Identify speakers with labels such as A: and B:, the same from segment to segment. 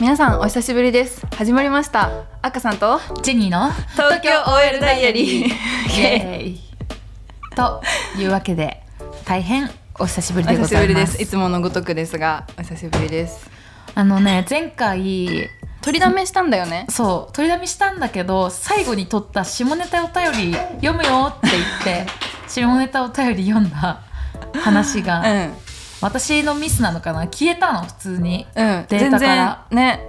A: 皆さんお久しぶりです始まりました赤さんと
B: ジェニ ーの
A: 東京 OL ダイアリー
B: イエーイというわけで大変お久しぶり
A: お
B: でご
A: 久し
B: ざ
A: ぶ
B: い
A: り
B: ま
A: ですすいつものごとくですがお久しぶりです
B: あのね前回
A: 取りだめしたんだよね
B: そう取りだめしたんだけど最後に取った下ネタお便り読むよって 言って下ネタお便り読んだ話
A: う
B: が
A: ん
B: 私のミスなのかな消えたの普通に
A: うん
B: デー
A: 全
B: タか
A: 然
B: ら
A: ね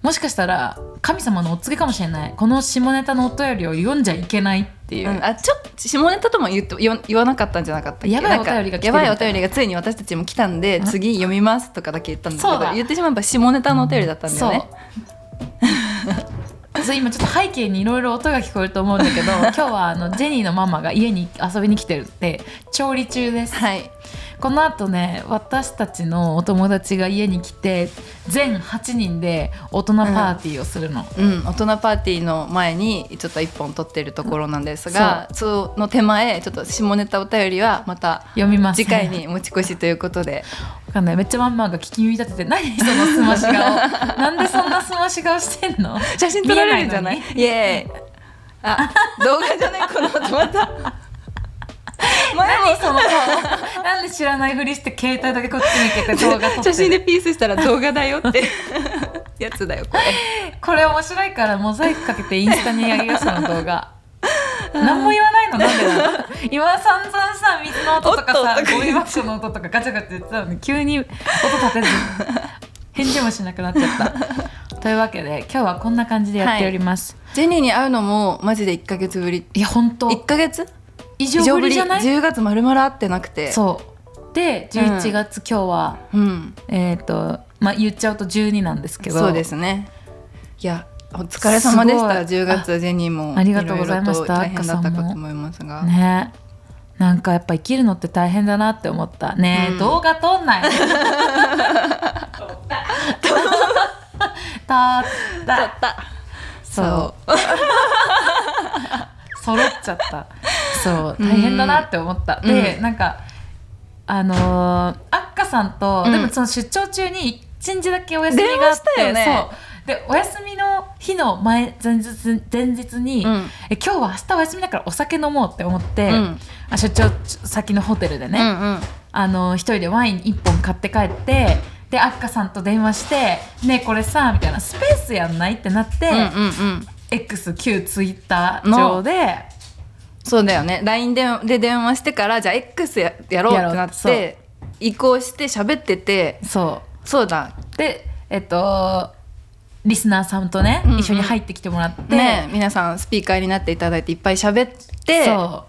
B: もしかしたら神様のお告げかもしれないこの下ネタのお便りを読んじゃいけないっていう、
A: うん、あちょっと下ネタとも言って言わ言わなかったんじゃなかったっけ
B: やばい
A: なんか
B: お便りが来て
A: や
B: るみ
A: ば
B: たい
A: いお
B: な
A: 便りがついに私たちも来たんで
B: うん
A: 次読みますとかだけ言ったんだ
B: そう
A: けど
B: だ
A: 言ってしまえば下ネタのお便りだったんだよ ね
B: そうそう今ちょっと背景にいろいろ音が聞こえると思うんだ けど今日はあのジェニーのママが家に遊びに来てるって調理中です
A: はい
B: このあとね私たちのお友達が家に来て全8人で大人パーティーをするの、
A: うん、大人パーティーの前にちょっと一本撮ってるところなんですが、その手前ちょっと下ネタお便りはまた
B: 読みます
A: 次回に持ち越しということで
B: わかんないめっちゃママが聞き耳立てて何そのすま し顔なんでそんなすまし顔してんの
A: 写真撮られるんじゃない
B: 見
A: イエーイあ動画じゃないこの後ま た前も
B: 何その顔なんで知らないふりして携帯だけこっち向けて動画撮って
A: 写
B: る
A: 真でピースしたら動画だよって やつだよこれ
B: これ面白いからモザイクかけてインスタに上げようその動 画何も言わないのなんでなの 今散々さ水の音とか
A: おっと
B: さ
A: とか
B: ゴミ箱の音とかガチャガチャ言ってたのに急に音立てず返事もしなくなっちゃったというわけで今日はこんな感じでやっております、
A: ジェニーに会うのもマジで1か月ぶり
B: い、や本当
A: 1か月
B: 異常ぶりじゃない
A: 10月まるまる会ってなくて
B: そうで11月、今日は
A: う、ん、
B: えっ、とまあ言っちゃうと12なんですけど
A: そうですねいやお疲れ様でし
B: す
A: た
B: ごい
A: 10月ジェニーも
B: あありがとうございま
A: ろろ
B: した
A: と大変だったか
B: 赤さん
A: と
B: も
A: 思いますが、
B: ねなんかやっぱ生きるのって大変だなって思ったねえ、
A: うん
B: 動画撮んない撮った撮ったそう
A: そう
B: 揃っち ゃったそう
A: うん
B: 大変だなって思った、で
A: うん
B: なんかあのー、あっかさんと、
A: うん
B: でもその出張中に1日だけお休みがあって
A: 電話したよね
B: そうでお休みの日の前前日前日に、
A: うん
B: え今日は明日お休みだからお酒飲もうって思って、
A: うん
B: あ出張先のホテルでね、
A: うんうん
B: あの一人でワイン1本買って帰ってであっかさんと電話して「ねえこれさ」みたいな「スペースやんない?」ってなって、
A: うんうんうん、
B: X 旧 Twitter 上で
A: そうだよね LINE でで電話してからじゃあ X ややろうってなっ
B: やろ
A: て移行して喋ってて
B: そ
A: そうだ
B: うでえっとリスナーさんとね、
A: うんうん
B: 一緒に入ってきてもらって、
A: ね皆さんスピーカーになっていただいていっぱい喋って
B: そう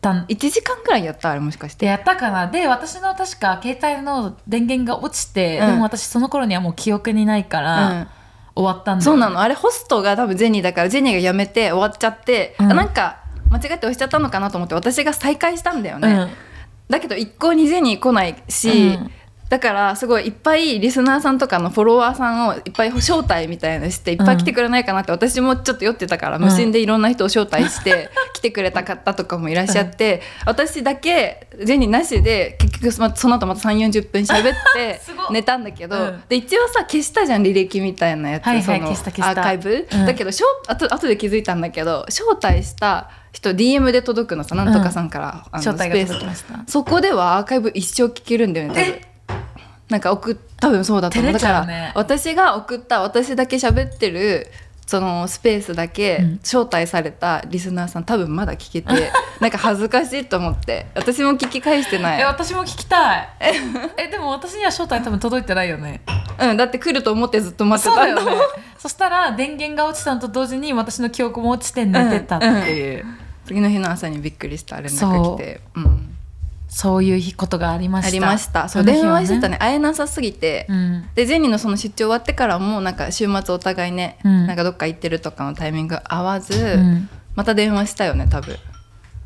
B: たん
A: 1時間くらいやったあれもしかし
B: で
A: て
B: やったかなで私の確か携帯の電源が落ちて、
A: うん
B: でも私その頃にはもう記憶にないから、
A: うん
B: 終わったんだ
A: そ
B: よ
A: う
B: ね
A: なのあれホストが多分ジェニーだからジェニーが辞めて終わっちゃって、
B: うん
A: あなんか間違って押しちゃったのかなと思って私が再開したんだよね、
B: うん
A: だけど一向にジェニー来ないし、
B: うん
A: だからすごいいっぱいリスナーさんとかのフォロワーさんをいっぱい招待みたいなのしていっぱい来てくれないかなって私もちょっと酔ってたから
B: ん
A: 無心でいろんな人を招待して来てくれた方とかもいらっしゃって私だけジェニーなしで結局そのその後また3 4 0分喋って
B: すごい
A: 寝たんだけど、
B: うん
A: で一応さ消したじゃん履歴みたいなやつ、
B: はいはい
A: その
B: 消した消した
A: アーカイブ、
B: うん
A: だけどしょあと後で気づいたんだけど招待した人 DM で届くのさなんとかさんから、あの
B: 招待
A: ス
B: が
A: ペース
B: 届きました
A: そこではアーカイブ一生聞けるんだよね多分なんか送っ多分そうだと思うだ
B: 照れちゃ
A: か
B: う
A: ら
B: ね
A: 私が送った私だけ喋ってるそのスペースだけ
B: うん
A: 招待されたリスナーさん多分まだ聞けて なんか恥ずかしいと思って私も聞き返してな
B: え
A: い、
B: 私も聞きたいえでも私には招待多分届いてないよね
A: うん、だって来ると思ってずっと待って
B: そう
A: た
B: だ
A: んだ
B: よ
A: もん
B: ねそしたら電源が落ちたのと同時に私の記憶も落ちて寝てたっていう、
A: 次の日の朝にびっくりした連絡来てうん、
B: そういうことがありました
A: ありましたそう
B: あの日
A: 電
B: は
A: 話してたね会えなさすぎて、
B: うん
A: でジェニーのその出張終わってからもなんか週末お互いね、
B: うん
A: なんかどっか行ってるとかのタイミング合わず、
B: うん
A: また電話したよね多分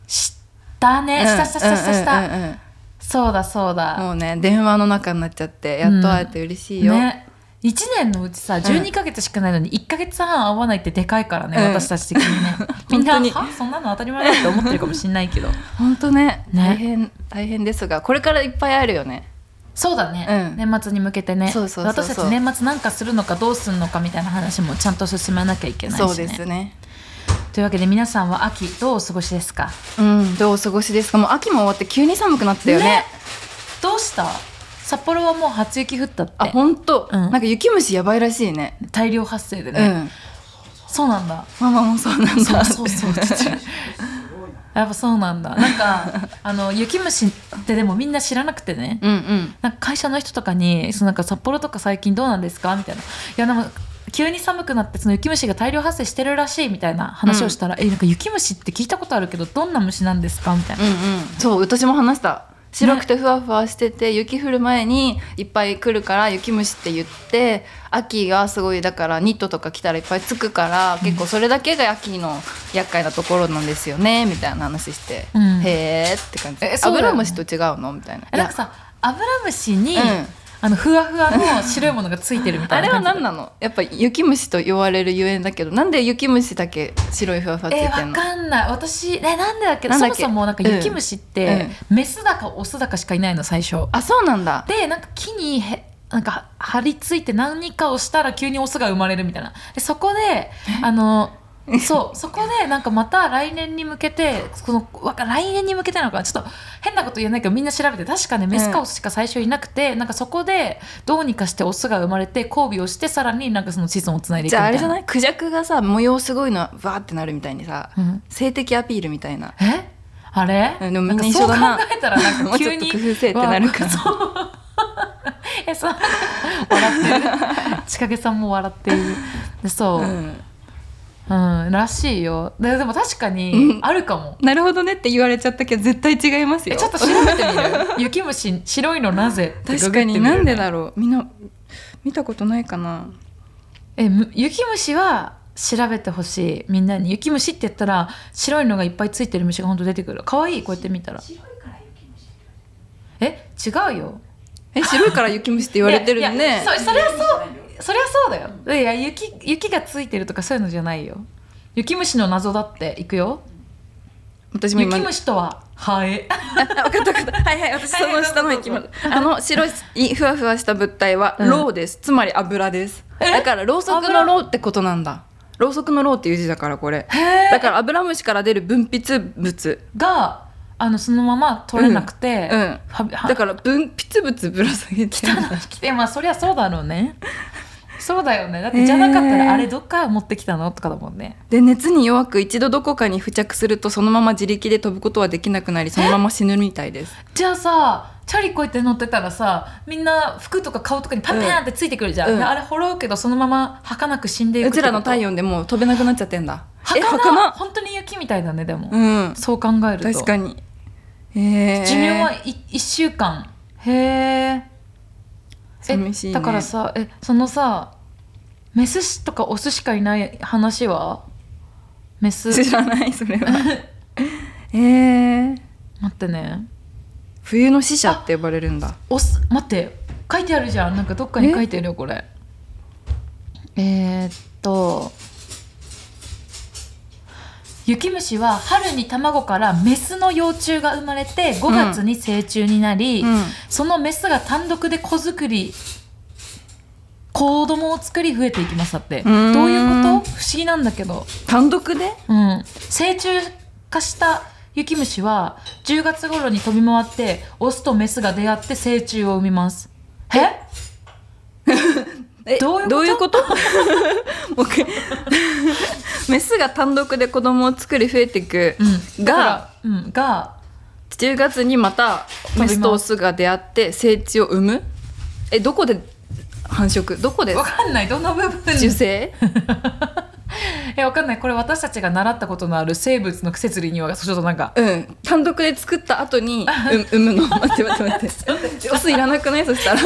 B: したねしたしたしたしたした、
A: うんうんうんうん
B: そうだそうだ
A: もうね電話の中になっちゃってやっと会えて嬉しいよ、
B: ね1年のうちさ12か月しかないのに1か月半会わないってでかいからね、
A: うん
B: 私たち的にねみん な
A: 本当に
B: はそんなの当たり前だって思ってるかもしれないけど
A: ほんとね
B: ね
A: 大変大変ですがこれからいっぱい会えるよね
B: そうだね、
A: うん
B: 年末に向けてね
A: そうそうそうそう
B: 私たち年末なんかするのかどうするのかみたいな話もちゃんと進めなきゃいけないし、ね、
A: そうですね
B: というわけで皆さんは秋どうお過ごしですか
A: うんどうお過ごしですかもう秋も終わって急に寒くなったよね
B: どうした札幌はもう初雪降ったって
A: あ本当、
B: うん
A: なんか雪虫やばいらしいね
B: 大量発生で
A: う
B: ね、
A: ん
B: そうなんだ
A: ママもそうなんだ
B: そうそうそう やっぱそうなんだなんかあの雪虫ってでもみんな知らなくてね、
A: うんうん
B: なんか会社の人とかに「そのなんか札幌とか最近どうなんですか?」みたいな「いやでも急に寒くなってその雪虫が大量発生してるらしい」みたいな話をしたら「えなんか雪虫って聞いたことあるけどどんな虫なんですか?」みたいな。
A: うんうんそう私も話した白くてふわふわしてて、雪降る前にいっぱい来るから雪虫って言って秋がすごいだからニットとか着たらいっぱいつくから結構それだけが秋の厄介なところなんですよねみたいな話して、
B: うん
A: へーって感じ
B: えそう
A: アブ
B: だよね
A: ラムシと違うのみたいな
B: えなんかさアブラムシに、
A: うん
B: あのふわふわの白いものがついてるみた
A: あ
B: いな
A: れは
B: 感じ
A: 何なのやっぱ雪虫と言われるゆえんだけどなんで雪虫だけ白いふわふわつい
B: え
A: て
B: わ
A: んの、
B: かんない私えなんでだっけ
A: なんだっけ
B: そもそもなんか雪虫って、メスだかオスだかしかいないの最初
A: あそうなんだ
B: でなんか木にへなんか張り付いて何かをしたら急にオスが生まれるみたいなでそこであのそう そこでなんかまた来年に向けてこのわか来年に向けてなのかなちょっと変なこと言えないけどみんな調べて確かねメスかオスしか最初いなくて、なんかそこでどうにかしてオスが生まれて交尾をしてさらになんかその子孫をつないでいく
A: じ
B: み
A: ゃああ
B: た
A: れ
B: いな
A: じゃないクジャクがさ模様すごいのはわーってなるみたいにさ、
B: うん
A: 性的アピールみたいな
B: えあれ
A: うんでも
B: な
A: みんな
B: んか
A: 一
B: そ
A: 緒
B: う考
A: だな
B: えたらなん
A: も
B: か
A: うち
B: 急
A: ょっと
B: に
A: 工夫せえってなるか
B: わそう えそう 笑ってる千景さんも笑っているでそう、う
A: うんん
B: らしいよででも確か
A: う
B: に
A: ん
B: あるかも、
A: なるほどねって言われちゃったけど絶対違いますよ
B: えちょっと調べてみる雪虫白いのなぜって
A: 確かに
B: ググってみ
A: な
B: る
A: んでだろうみんな見たことないかな
B: えむ雪虫は調べてほしいみんなに雪虫って言ったら白いのがいっぱいついてる虫が本当出てくる可愛いこうやって見たらえ違うよ
A: え白いから雪虫って言われてる
B: いやい
A: ね
B: やそそりゃそうそりゃそうだよいや雪雪がついてるとかそういうのじゃないよ雪虫の謎だっていくよ
A: 私も今
B: 雪虫とはハエ
A: あ分かった分かったはいはい私その下の生き物あの白いふわふわした物体は
B: うん
A: ロウですつまり油ですだからろうそくのロウってことなんだろうそくのロウっていう字だからこれだから油虫から出る分泌物
B: があのそのまま取れなくて、
A: うんうん
B: はは
A: だから分泌物ぶら下げてる
B: 来てまあそりゃそうだろう ねそうだよねだってじゃなかった
A: へー
B: らあれどっから持ってきたのとかだもんね
A: で熱に弱く一度どこかに付着するとそのまま自力で飛ぶことはできなくなりそのまま死ぬみたいです
B: じゃあさチャリこうやって乗ってたらさみんな服とか顔とかにパンパンってついてくるじゃん、
A: うん
B: であれ掘ろうけどそのまま儚く死んでいく
A: うちらの
B: 太陽
A: 体温でもう飛べなくなっちゃってんだえ
B: 儚かな
A: 儚
B: 本当に雪みたいだねでも、
A: うん
B: そう考えると
A: 確かにへえ
B: 寿命は 1, 週間へえ
A: 寂しいね
B: だからさえそのさメスとかオスしかいない話は メス待
A: 知らないそれはえー、
B: ってね
A: 冬の死者って呼ばれるんだ
B: オス待って書いてあるじゃんなんかどっかに書いてるよこれえーっと雪虫は春に卵からメスの幼虫が生まれて5月に成虫になり、
A: うん
B: そのメスが単独で子作り子供を作り増えていきますだって
A: うーん
B: どういうこと不思議なんだけど、
A: 単独で
B: うん、成虫化した雪虫は10月頃に飛び回ってオスとメスが出会って成虫を産みますえ
A: え
B: どういうこと
A: どういう こともう一回 メスが単独で子供を作り増えていく、
B: うん、
A: が
B: だから、うん、が
A: 10月にまたメスとオスが出会って成虫を産むえどこで繁殖どこで
B: わかんないどの部分
A: 受 精
B: えわかんないこれ私たちが習ったことのある生物の節理にはちょっとなんか
A: うん単独で作った後 にう産むの待って待って待ってオスいらなくないそした ら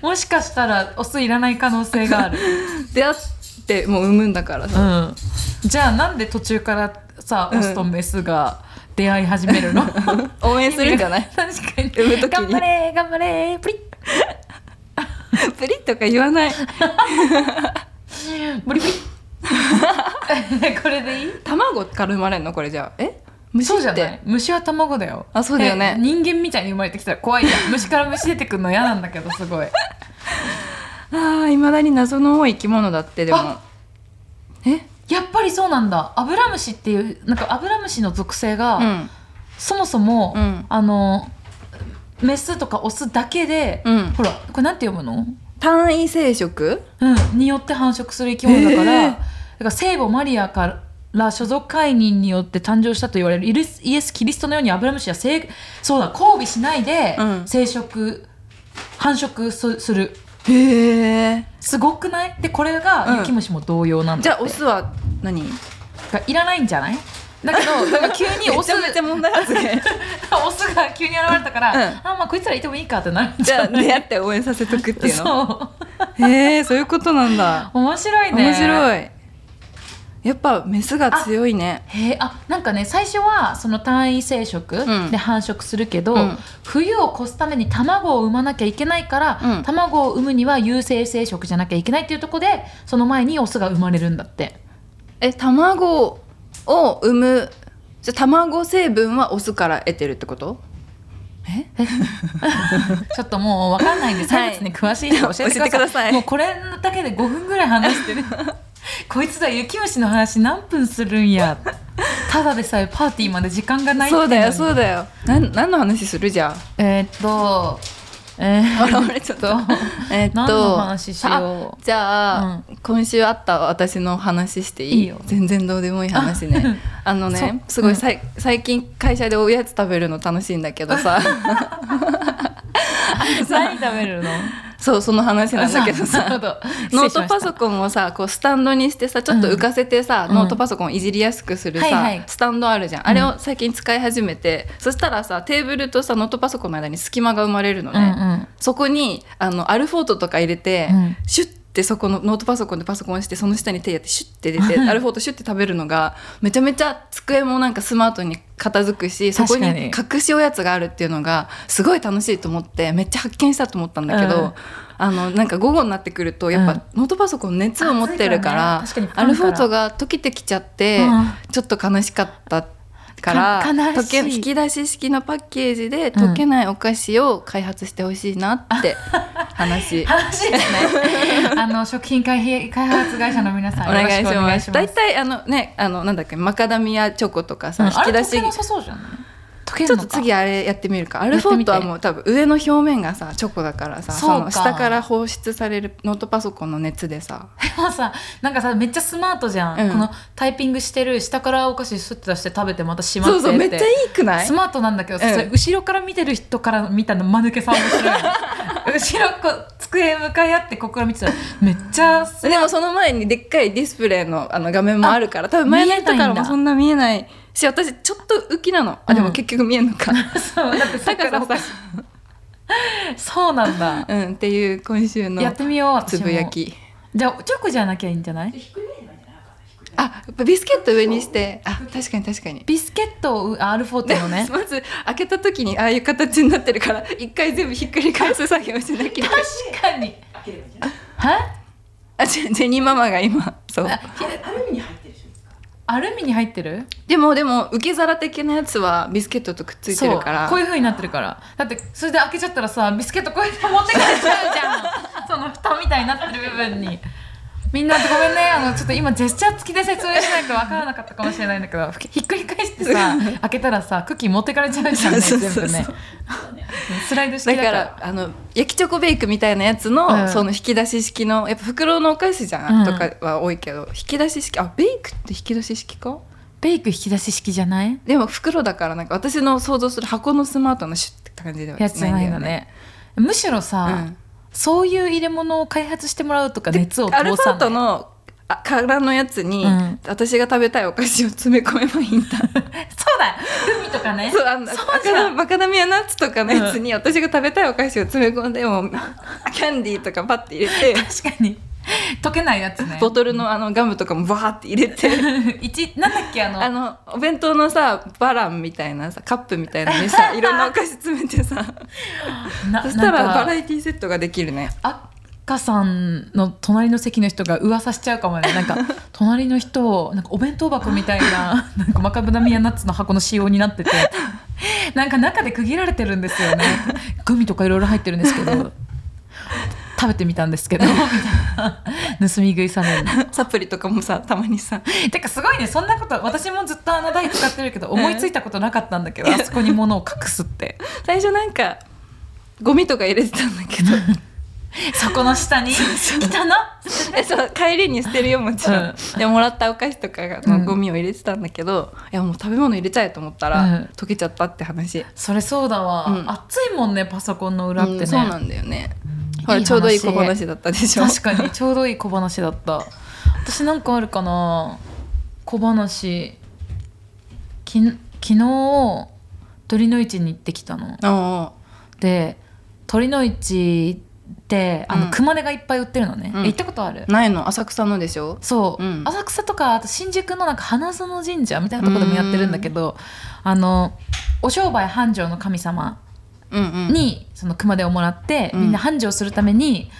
B: もしかしたらオスいらない可能性がある、
A: 出会ってもう産むんだからさ
B: うん、じゃあなんで途中からさ
A: うん
B: オスとメスが出会い始めるの
A: 応援するんじゃない
B: 確かに
A: 産む時に
B: 頑張れ頑張れプリッ
A: プリッとか言わない
B: ブリブリこれでいい
A: 卵から生まれんのこれじゃあえ虫
B: そうじゃ
A: っ
B: ない
A: て
B: 虫は卵だよ
A: あそうだよね
B: え人間みたいに生まれてきたら怖いじゃ ん虫から虫出てくるの嫌なんだけどすごい
A: あいまだに謎の多い生き物だってでも
B: あ
A: え
B: やっぱりそうなんだアブラムシっていうなんかアブラムシの属性が、
A: うん
B: そもそも、
A: うん
B: あのメスとかオスだけで、
A: うん
B: ほらこれなんて読むの、
A: 単位生殖
B: うん、によって繁殖する生き物だから、
A: えー
B: だから聖母マリアから所属解任によって誕生したと言われるイエスイエス・キリストのようにアブラムシは生そうだ交尾しないで
A: うん
B: 生殖、繁殖すする
A: へえ
B: すごくないでこれが雪虫も同様なん
A: じ
B: だ
A: ゃ
B: って、
A: あオスは何
B: がいらないんじゃないだ けどなんか急にオス
A: 問題発言
B: オスが急に現れたから、
A: うん
B: あまあこいつらいてもいいかってなるん
A: じ
B: じ
A: ゃ
B: ゃ
A: あ
B: ない
A: 出会って応援させとくっていうの
B: そ
A: へえそういうことなんだ
B: う面白いね
A: 面
B: い
A: 白いやっぱメスが強いね
B: へえあなんかね最初はその単位生殖
A: うん
B: で繁殖するけど、
A: うん
B: 冬を越すために卵を産まなきゃいけないから、
A: うん
B: 卵を産むには有性生殖じゃなきゃいけないっていうところでその前にオスが生まれるんだって
A: え卵を産むじゃあ卵成分はオスから得てるってことえ
B: ちょっともうわかんないんで、
A: は
B: サ
A: い
B: イズに詳しい人教えてく
A: 教
B: ださい。
A: えてください
B: もうこれだけで5分ぐらい話してる。 こいつだ、雪虫の話何分するんや。ただでさえパーティーまで時間がないってい。
A: そうだよそううだよなん何の話するじゃ
B: えーっと、え
A: あ
B: ーっ
A: 現れちゃっ
B: と
A: た、えっと
B: 何の話しよ
A: あじゃあ、今週あった私の話していい
B: いいよ
A: 全然どうでもいい話ね あのね
B: そう
A: すごいさい、最近会社でおやつ食べるの楽しいんだけど さ
B: う。何食べるの
A: そうその話なんだけど
B: なる
A: さ
B: ほど
A: ノートパ
B: ン。
A: ソコンをさこうスタンドにしてさちょっと浮かせてさ、
B: うん
A: ノートパソコンいじりやすくするさ、
B: はいはい
A: スタンドあるじゃんあれを最近使い始めて、そしたらさテーブルとさノートパソコンの間に隙間が生まれるの
B: う
A: ね、
B: んうん。
A: そこにあのアルフォートとか入れて、
B: うん
A: シュッてそこのノートパソコンでパソコンしてその下に手やってシュッて出てアルフォートシュッて食べるのがめちゃめちゃ机もなんかスマートに片付くしそこに
B: 確かに
A: 隠しおやつがあるっていうのがすごい楽しいと思ってめっちゃ発見したと思ったんだけど、
B: うん
A: あのなんか午後になってくるとやっぱノートパソコン熱を持ってるから,、
B: 熱いからね確か
A: ア
B: に
A: ルフォートが溶けてきちゃって、
B: うん
A: ちょっと悲しかった。から
B: か悲しい
A: 溶け引き出し式のパッケージで溶けないお菓子を開発してほしいなって 話
B: 話ですね。あの、食品開閉開発会社の皆さ
A: お
B: ん、よろ
A: 願
B: し
A: い
B: く
A: し
B: お願い
A: ま
B: し
A: す。
B: ま
A: 大
B: す。
A: 体あのねあのなんだっけマカダミアチョコとか
B: う
A: さ
B: んあ
A: 引き
B: れ
A: 出し
B: 溶けなさそうじゃない溶け
A: ち
B: る
A: ょ
B: の
A: っ
B: か
A: と次あれやってみるかア
B: て
A: ル
B: み
A: フ
B: て
A: ォートはもう多分上の表面がさチョコだからさ
B: そうか
A: の下から放出されるノートパソコンの熱でさ
B: でもさ なんかさめっちゃスマートじゃん、
A: うん
B: このタイピングしてる下からお菓子スッと出して食べてまたしまって
A: そう
B: って
A: そうめっちゃいいくない
B: スマートなんだけど、
A: うん
B: それ後ろから見てる人から見たの間抜けさん面白 いね後ろこう机向かい合ってここから見てたらめっちゃす
A: でもその前にでっかいディスプレイのあの画面もあるから多分前の人か
B: 見えな
A: ら
B: いんだ
A: もそんな見えないし私ちょっと浮きなのあで
B: う
A: も
B: ん
A: 結局見えんのか
B: そう だってさ
A: だからさ
B: そうなんだ
A: うんっていう今週の
B: やってみよう私
A: つ
B: も
A: ぶやき
B: じゃあチョコじゃなきゃいいんじゃない
A: あやっぱビスケット上にしてあ確かに確かに
B: ビスケットをあアルフォートの ね
A: まず開けた時にああいう形になってるから一回全部ひっくり返す作業しなきゃ
B: 確かには
A: あジェジェニーママが今そう
B: アルミに入ってる
A: でもでも受け皿的なやつはビスケットとくっついてるから
B: そうこういう風になってるからだってそれで開けちゃったらさビスケットこうやって持って帰っちゃうじ ゃんその蓋みたいになってる部分にみんなごめんねあのちょっと今ジェスチャー付きで説明しないと分からなかったかもしれないんだけどひひっくり返して さ開けたらさクッキー持ってかれちゃうじゃんね
A: そうそう
B: 全
A: そう
B: 部 ねスライド式
A: だ
B: だか
A: かららあの焼きチョコベイクみたいなやつの、
B: うん
A: その引き出し式のやっぱ袋のお菓子じゃん、
B: うん
A: とかは多いけど引き出し式あベイクって引き出し式か
B: ベイク引き出し式じゃない
A: でも袋だからなんか私の想像する箱のスマートなシュッって感じではない
B: や
A: ん
B: つ
A: だ
B: じゃ
A: よ
B: な
A: ね
B: いのねむしろ
A: う
B: さ、
A: ん
B: そういう入れ物を開発してもらうとか
A: で
B: 熱を通
A: アルフ
B: さ
A: ァー
B: な
A: ト
B: い
A: のあ殻のやつに、
B: うん
A: 私が食べたいお菓子を詰め込めばいいんだ
B: そうだグミとかね
A: そうあの
B: そうじゃん
A: マカダミアナッツとかのやつに、私が食べたいお菓子を詰め込んでもうキャンディーとかパッて入れて
B: 確かに溶けないや つね
A: ボトルのあのガムとかもバーって入れて
B: 一なんだっけあの
A: あのお弁当のさバランみたいなさカップみたいなのにさいろんなお菓子詰めてさ
B: な
A: そした
B: なん
A: ら
B: か
A: バラエティセットができるね
B: あ香さんの隣の席の人が噂しちゃうかも ねなんか隣の人をなんかお弁当箱みたいななんかマカブダミアナッツの箱の仕様になっててなんか中で区切られてるんですよねグミとかいろいろ入ってるんですけど食べてみたんで すけどみたいな盗み食いされる
A: サプリとかもさたまにさ
B: てかすごいねそんなこと私もずっとあの台使ってるけど思いついたことなかったんだけどあそこに物を隠 すって
A: 最初なんかゴミとか入れてたんだ けど
B: そこの下に来たの
A: えそう帰りに捨てるよもちろん、
B: う
A: でもらったお菓子とかが
B: うん
A: のゴミを入れてたんだけど、いやもう食べ物入れちゃえと思ったら、
B: うん
A: 溶けちゃったって話、
B: それそうだわ、
A: うん
B: 暑いもんねパソコンの裏ってね、
A: うんそうなんだよね
B: いい
A: ほら
B: 話
A: ちょうどいい小話だったでしょ
B: 確かにちょうどいい小話だった私なんかあるかな小話き昨日鳥の市に行ってきたの
A: あ
B: で鳥の市ってあの、
A: うん
B: 熊手がいっぱい売ってるのね、
A: うん
B: え行ったことある
A: あないの浅草のでしょ
B: そう、
A: うん
B: 浅草とかあと新宿のなんか花園神社みたいなところでもやってるんだけどあのお商売繁盛の神様
A: うんうん
B: にその熊手をもらって、
A: うん
B: みんな繁盛するために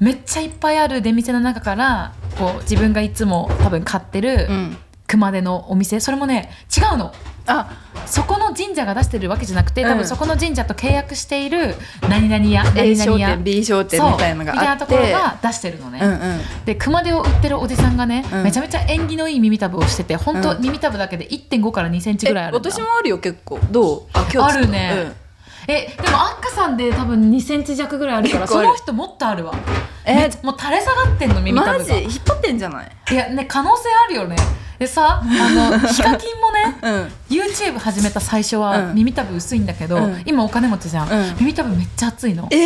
B: めっちゃいっぱいある出店の中からこう自分がいつも多分買ってる
A: うん
B: 熊手のお店それもね違うの
A: あ
B: そこの神社が出してるわけじゃなくて多
A: う
B: 分
A: ん
B: そこの神社と契約している何々屋
A: A
B: 何
A: 商
B: 々屋
A: 店 B 商店
B: そう
A: みたいのがあって
B: みたいなところが出してるのね、
A: うんうん
B: で熊手を売ってるおじさんがね、
A: うん
B: めちゃめちゃ縁起のいい耳たぶをしてて本当、
A: うん
B: 耳たぶだけで1.5から2センチぐらいあ
A: え
B: るんだ
A: 私もあるよ結構どうあ今日
B: あるね
A: うん
B: えでもアンカさんで多分2センチ弱ぐらいあるから
A: 結構
B: そ
A: ある
B: の人もっとあるわめ
A: え
B: っちゃもう垂れ下がってんの耳た
A: マ
B: ぶ
A: ジ
B: が
A: 引っ張ってんじゃない
B: いやね可能性あるよねでさあ のヒカキンもね
A: うん
B: YouTube 始めた最初は
A: うん
B: 耳たぶ薄いんだけど、
A: うん
B: 今お金持ちじゃん、
A: うん
B: 耳たぶめっちゃ厚いの
A: え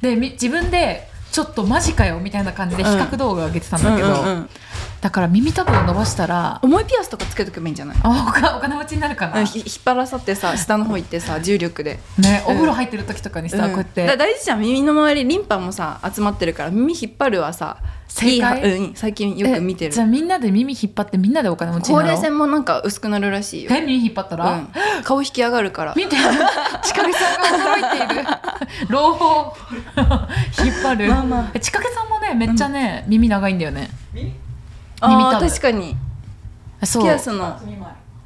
B: でみ自分でちょっとマジかよみたいな感じで比較動画を上げてたんだけど、
A: うんうんうん
B: だから耳たぶを伸ばしたら
A: 重いピアスとかつけとけばいいんじゃない
B: あおかお金持ちになるかな、
A: うんひ引っ張らさってさ下の方行ってさ重力で
B: ね、
A: うん
B: お風呂入ってる時とかにさ、
A: うん
B: こうやっ
A: だ
B: て
A: 大事じゃん耳の周りリンパもさ集まってるから耳引っ張るはさ
B: 正解
A: いいはうん、最近よく見て
B: え
A: る
B: じゃあみんなで耳引っ張ってみんなでお金持ちに
A: ほう
B: な
A: れい
B: ろ
A: う線もなんか薄くなるらしいよ、
B: え耳引っ張ったら、
A: うん顔引き上がるから
B: 見てちかけさんが驚いている朗報引っ張る、
A: まあまあ
B: えちかけさんもねめっちゃね、耳長いんだよね耳
A: あー
B: たぶ
A: 確かに
B: そ
A: ピア
B: う
A: スの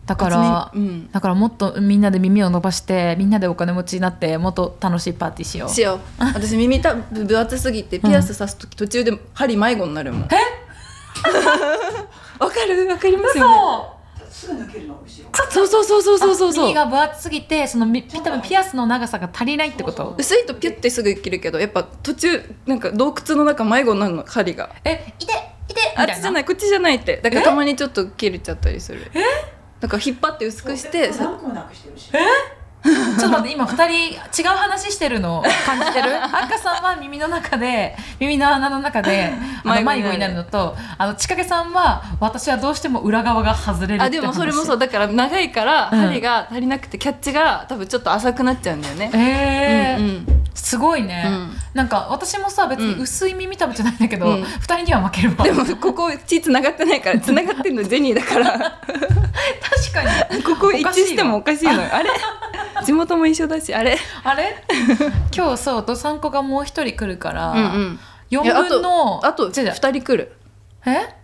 B: だから
A: うん
B: だからもっとみんなで耳を伸ばしてみんなでお金持ちになってもっと楽しいパーティーしよう
A: しよう私耳たぶ分厚すぎてピアス刺す時途中で針迷子になるもんえ わかるわかりますよねそうそうそうそうそうそう
B: あ
A: そう
B: 耳が分厚すぎてそのみ多分ピアスの長さが足りないってこと
A: 薄いとピュッてすぐいけるけどやっぱ途中なんか洞窟の中迷子になるの針が
B: えいていて
A: あ
B: み
A: ったち
B: い
A: じゃ
B: な
A: ないこっちじゃないってだからたまにちょっと切れちゃったりするえだから引っ張って薄くして
C: 何個もなくしてるし
B: ちょっと待って今2人違う話してるのを感じ てる赤さんは耳の中で耳の穴の 中であの迷
A: 迷
B: 子
A: 子
B: に
A: に
B: な
A: なる
B: るのとあのちかけさんは私はどうしても裏側が外れるって話
A: あでもそれもそうだから長いから
B: うん
A: 針が足りなくてキャッチが多分ちょっと浅くなっちゃうんだよね
B: え
A: う
B: え
A: んうん
B: すごいね、
A: うん
B: なんか私もさ別に薄い耳たぶじゃないんだけど、
A: うん
B: 2人には負けるわ
A: で
B: 確
A: もここ血繋がってない から繋がってんのジェニーだから
B: か に
A: ここ一致してもおかしいのよあ れ地元も一緒だしあれ
B: あれ今日そうどさんこがもう一人来るから、
A: うんうん
B: 4
A: いやあと
B: 分の
A: あと
B: 違う違う
A: 2人来る
B: え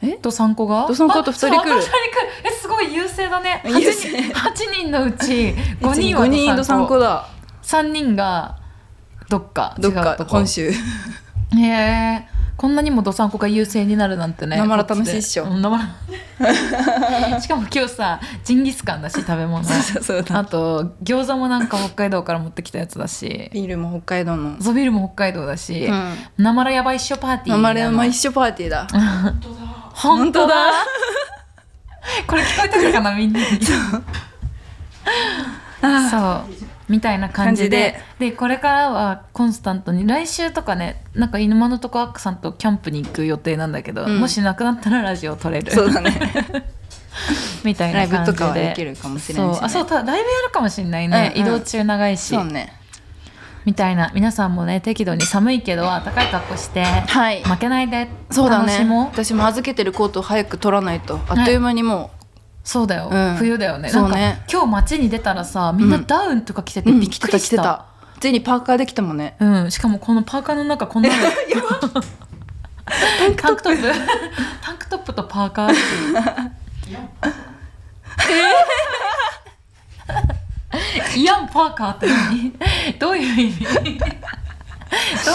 A: え
B: どさんこが
A: どさんこと二人来る
B: あそうあと二来るえすごい優勢だね8
A: 優勢
B: 人八人の うち5人は
A: 5人
B: ど
A: ど
B: さ
A: さ
B: ん
A: ん
B: こ
A: こだ
B: 3人がどっか
A: どっか
B: 違うとこ
A: 本州
B: へえこんなにもどさんこが優勢になるなんてね
A: なまら楽しいっしょ
B: こちでうんなま らしかも今日さジンギスカンだし食べ物
A: そう そうだ
B: あと餃子もなんか北海道から持ってきたやつだし
A: ビールも北海道の
B: ゾビルも北海道だし、
A: うん
B: なまらやばいっしょパーティー
A: 生まれ
B: なの
A: も一緒パーティーだ
B: 本当だこれ聞こえたのかなみんなにそうみたいな感じで
A: 感
B: でこれからはコンスタントに来週とかねなんか今のとこアックさんとキャンプに行く予定なんだけど、
A: うん
B: もしなくなったらラジオ撮れる
A: そうだね
B: みたいな感じで
A: ライブとかはできるかもしれないしね
B: そうあそうただライブやるかもしれないね、
A: うんうん
B: 移動中長いし、
A: そうね
B: みたいな皆さんもね適度に寒いけど暖かい格好して
A: はい
B: 負けないで
A: そうだ
B: 楽し
A: ね
B: もう
A: 私も預けてるコートを早く取らないとあっという間にも
B: そうだよ、
A: うん
B: 冬だよね
A: そう
B: なん
A: ね
B: か今日街に出たらさみんな
A: うん
B: ダウンとか着て
A: う、
B: て
A: うん
B: びっくりした,、
A: 着てた着てたついにパーカーできたもんね
B: うん、しかもこのパーカーの中 こんなの タンクトップタンクトップとパーカーっていうイアンパーカーって何どういう意味ど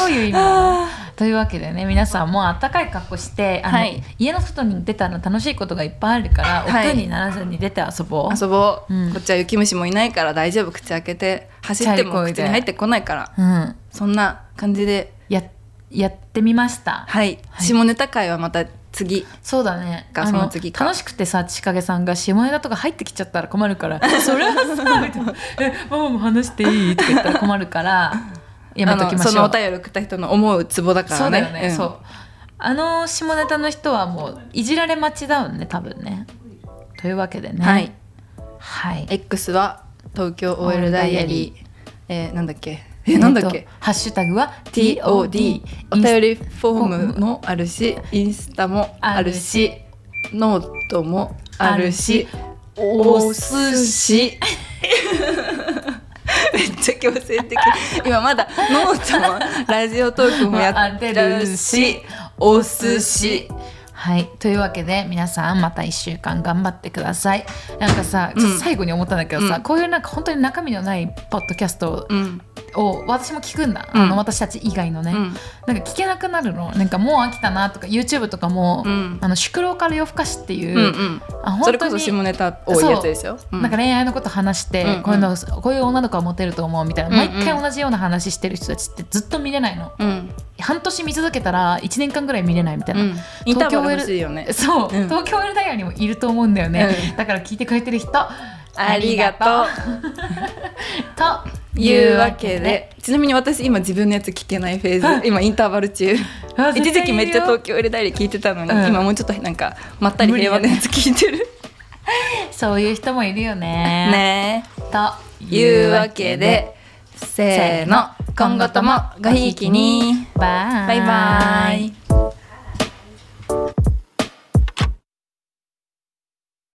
B: ういう意 味なのというわけでね皆さんもあったかい格好してあの、
A: はい
B: 家の外に出たら楽しいことがいっぱいあるから、
A: はい
B: 奥にならずに出て遊ぼう。
A: 遊ぼう、
B: うん
A: こっちは雪虫もいないから大丈夫口開けて走っても
B: チャリこい
A: 口
B: で
A: に入ってこないから
B: うん、
A: そんな感じで
B: ややってみました。
A: はい、
B: はい
A: 下ネタ会はまた次
B: そうだね。
A: か
B: あ
A: そ
B: の
A: の次か
B: 楽しくてさ、ちかげさんが下ネタとか入ってきちゃったら困る から、それはさ、みたいなえ、ママも話していいって言ったら困 るから、やめときましょう。
A: あのそのお便り送った人の思うツボだからね
B: そうだよね、
A: ん
B: そう。あの下ネタの人はもういじられ待ちだよね、多分ね。というわけでね。
A: はい。
B: はい。
A: X は東京 OL ダイアリーえー、なんだっけ え
B: えっと
A: なんだっけ、
B: ハッシュタグは
A: TOD お便りフォームもあるしインスタもあるしノートもあるしお寿司めっちゃ強制的今まだノートもラジオトークもやってるしお寿司
B: はいというわけで皆さんまた1週間頑張ってくださいなんかさ、ちょっと最後に思ったんだけどさ、
A: うん
B: こういうなんか本当に中身のないポッドキャスト
A: うん
B: を私も聞くんだ、
A: うん
B: あの私たち以外のね、
A: うん
B: なんか聞けなくなるのなんかもう飽きたなとか YouTube とかも、
A: うん
B: あの宿老から夜更かしっていう、
A: うんうん
B: あ
A: そ
B: 本
A: れ
B: 当
A: こ
B: に
A: そ下ネタ多いやつですよう
B: なんか恋愛のこと話して、
A: うんうん
B: こういうのこういう女の子はモテると思うみたいな、
A: うんうん
B: 毎回同じような話してる人たちってずっと見れないの
A: うん
B: 半年見続けたら1年間ぐらい見れないみたいな、
A: うんインターバル欲しいよね
B: そ
A: う
B: う、
A: ん
B: 東京 L ダイヤにもいると思うんだよね、だから聞いてくれてる人
A: ありがとう
B: と
A: いうわけでちなみに私今自分のやつ聞けないフェーズ今インターバル中
B: あ
A: 一時期めっちゃ東
B: 絶
A: 京エレダイリー聞いてたのに、
B: うん
A: 今もうちょっとなんかまったり平和なやつ聞いてる
B: 対いるよそういう人もいるよ
A: ね
B: ねと
A: え いうわけでせーの今後ともごひいきに
B: バイ
A: バイバイ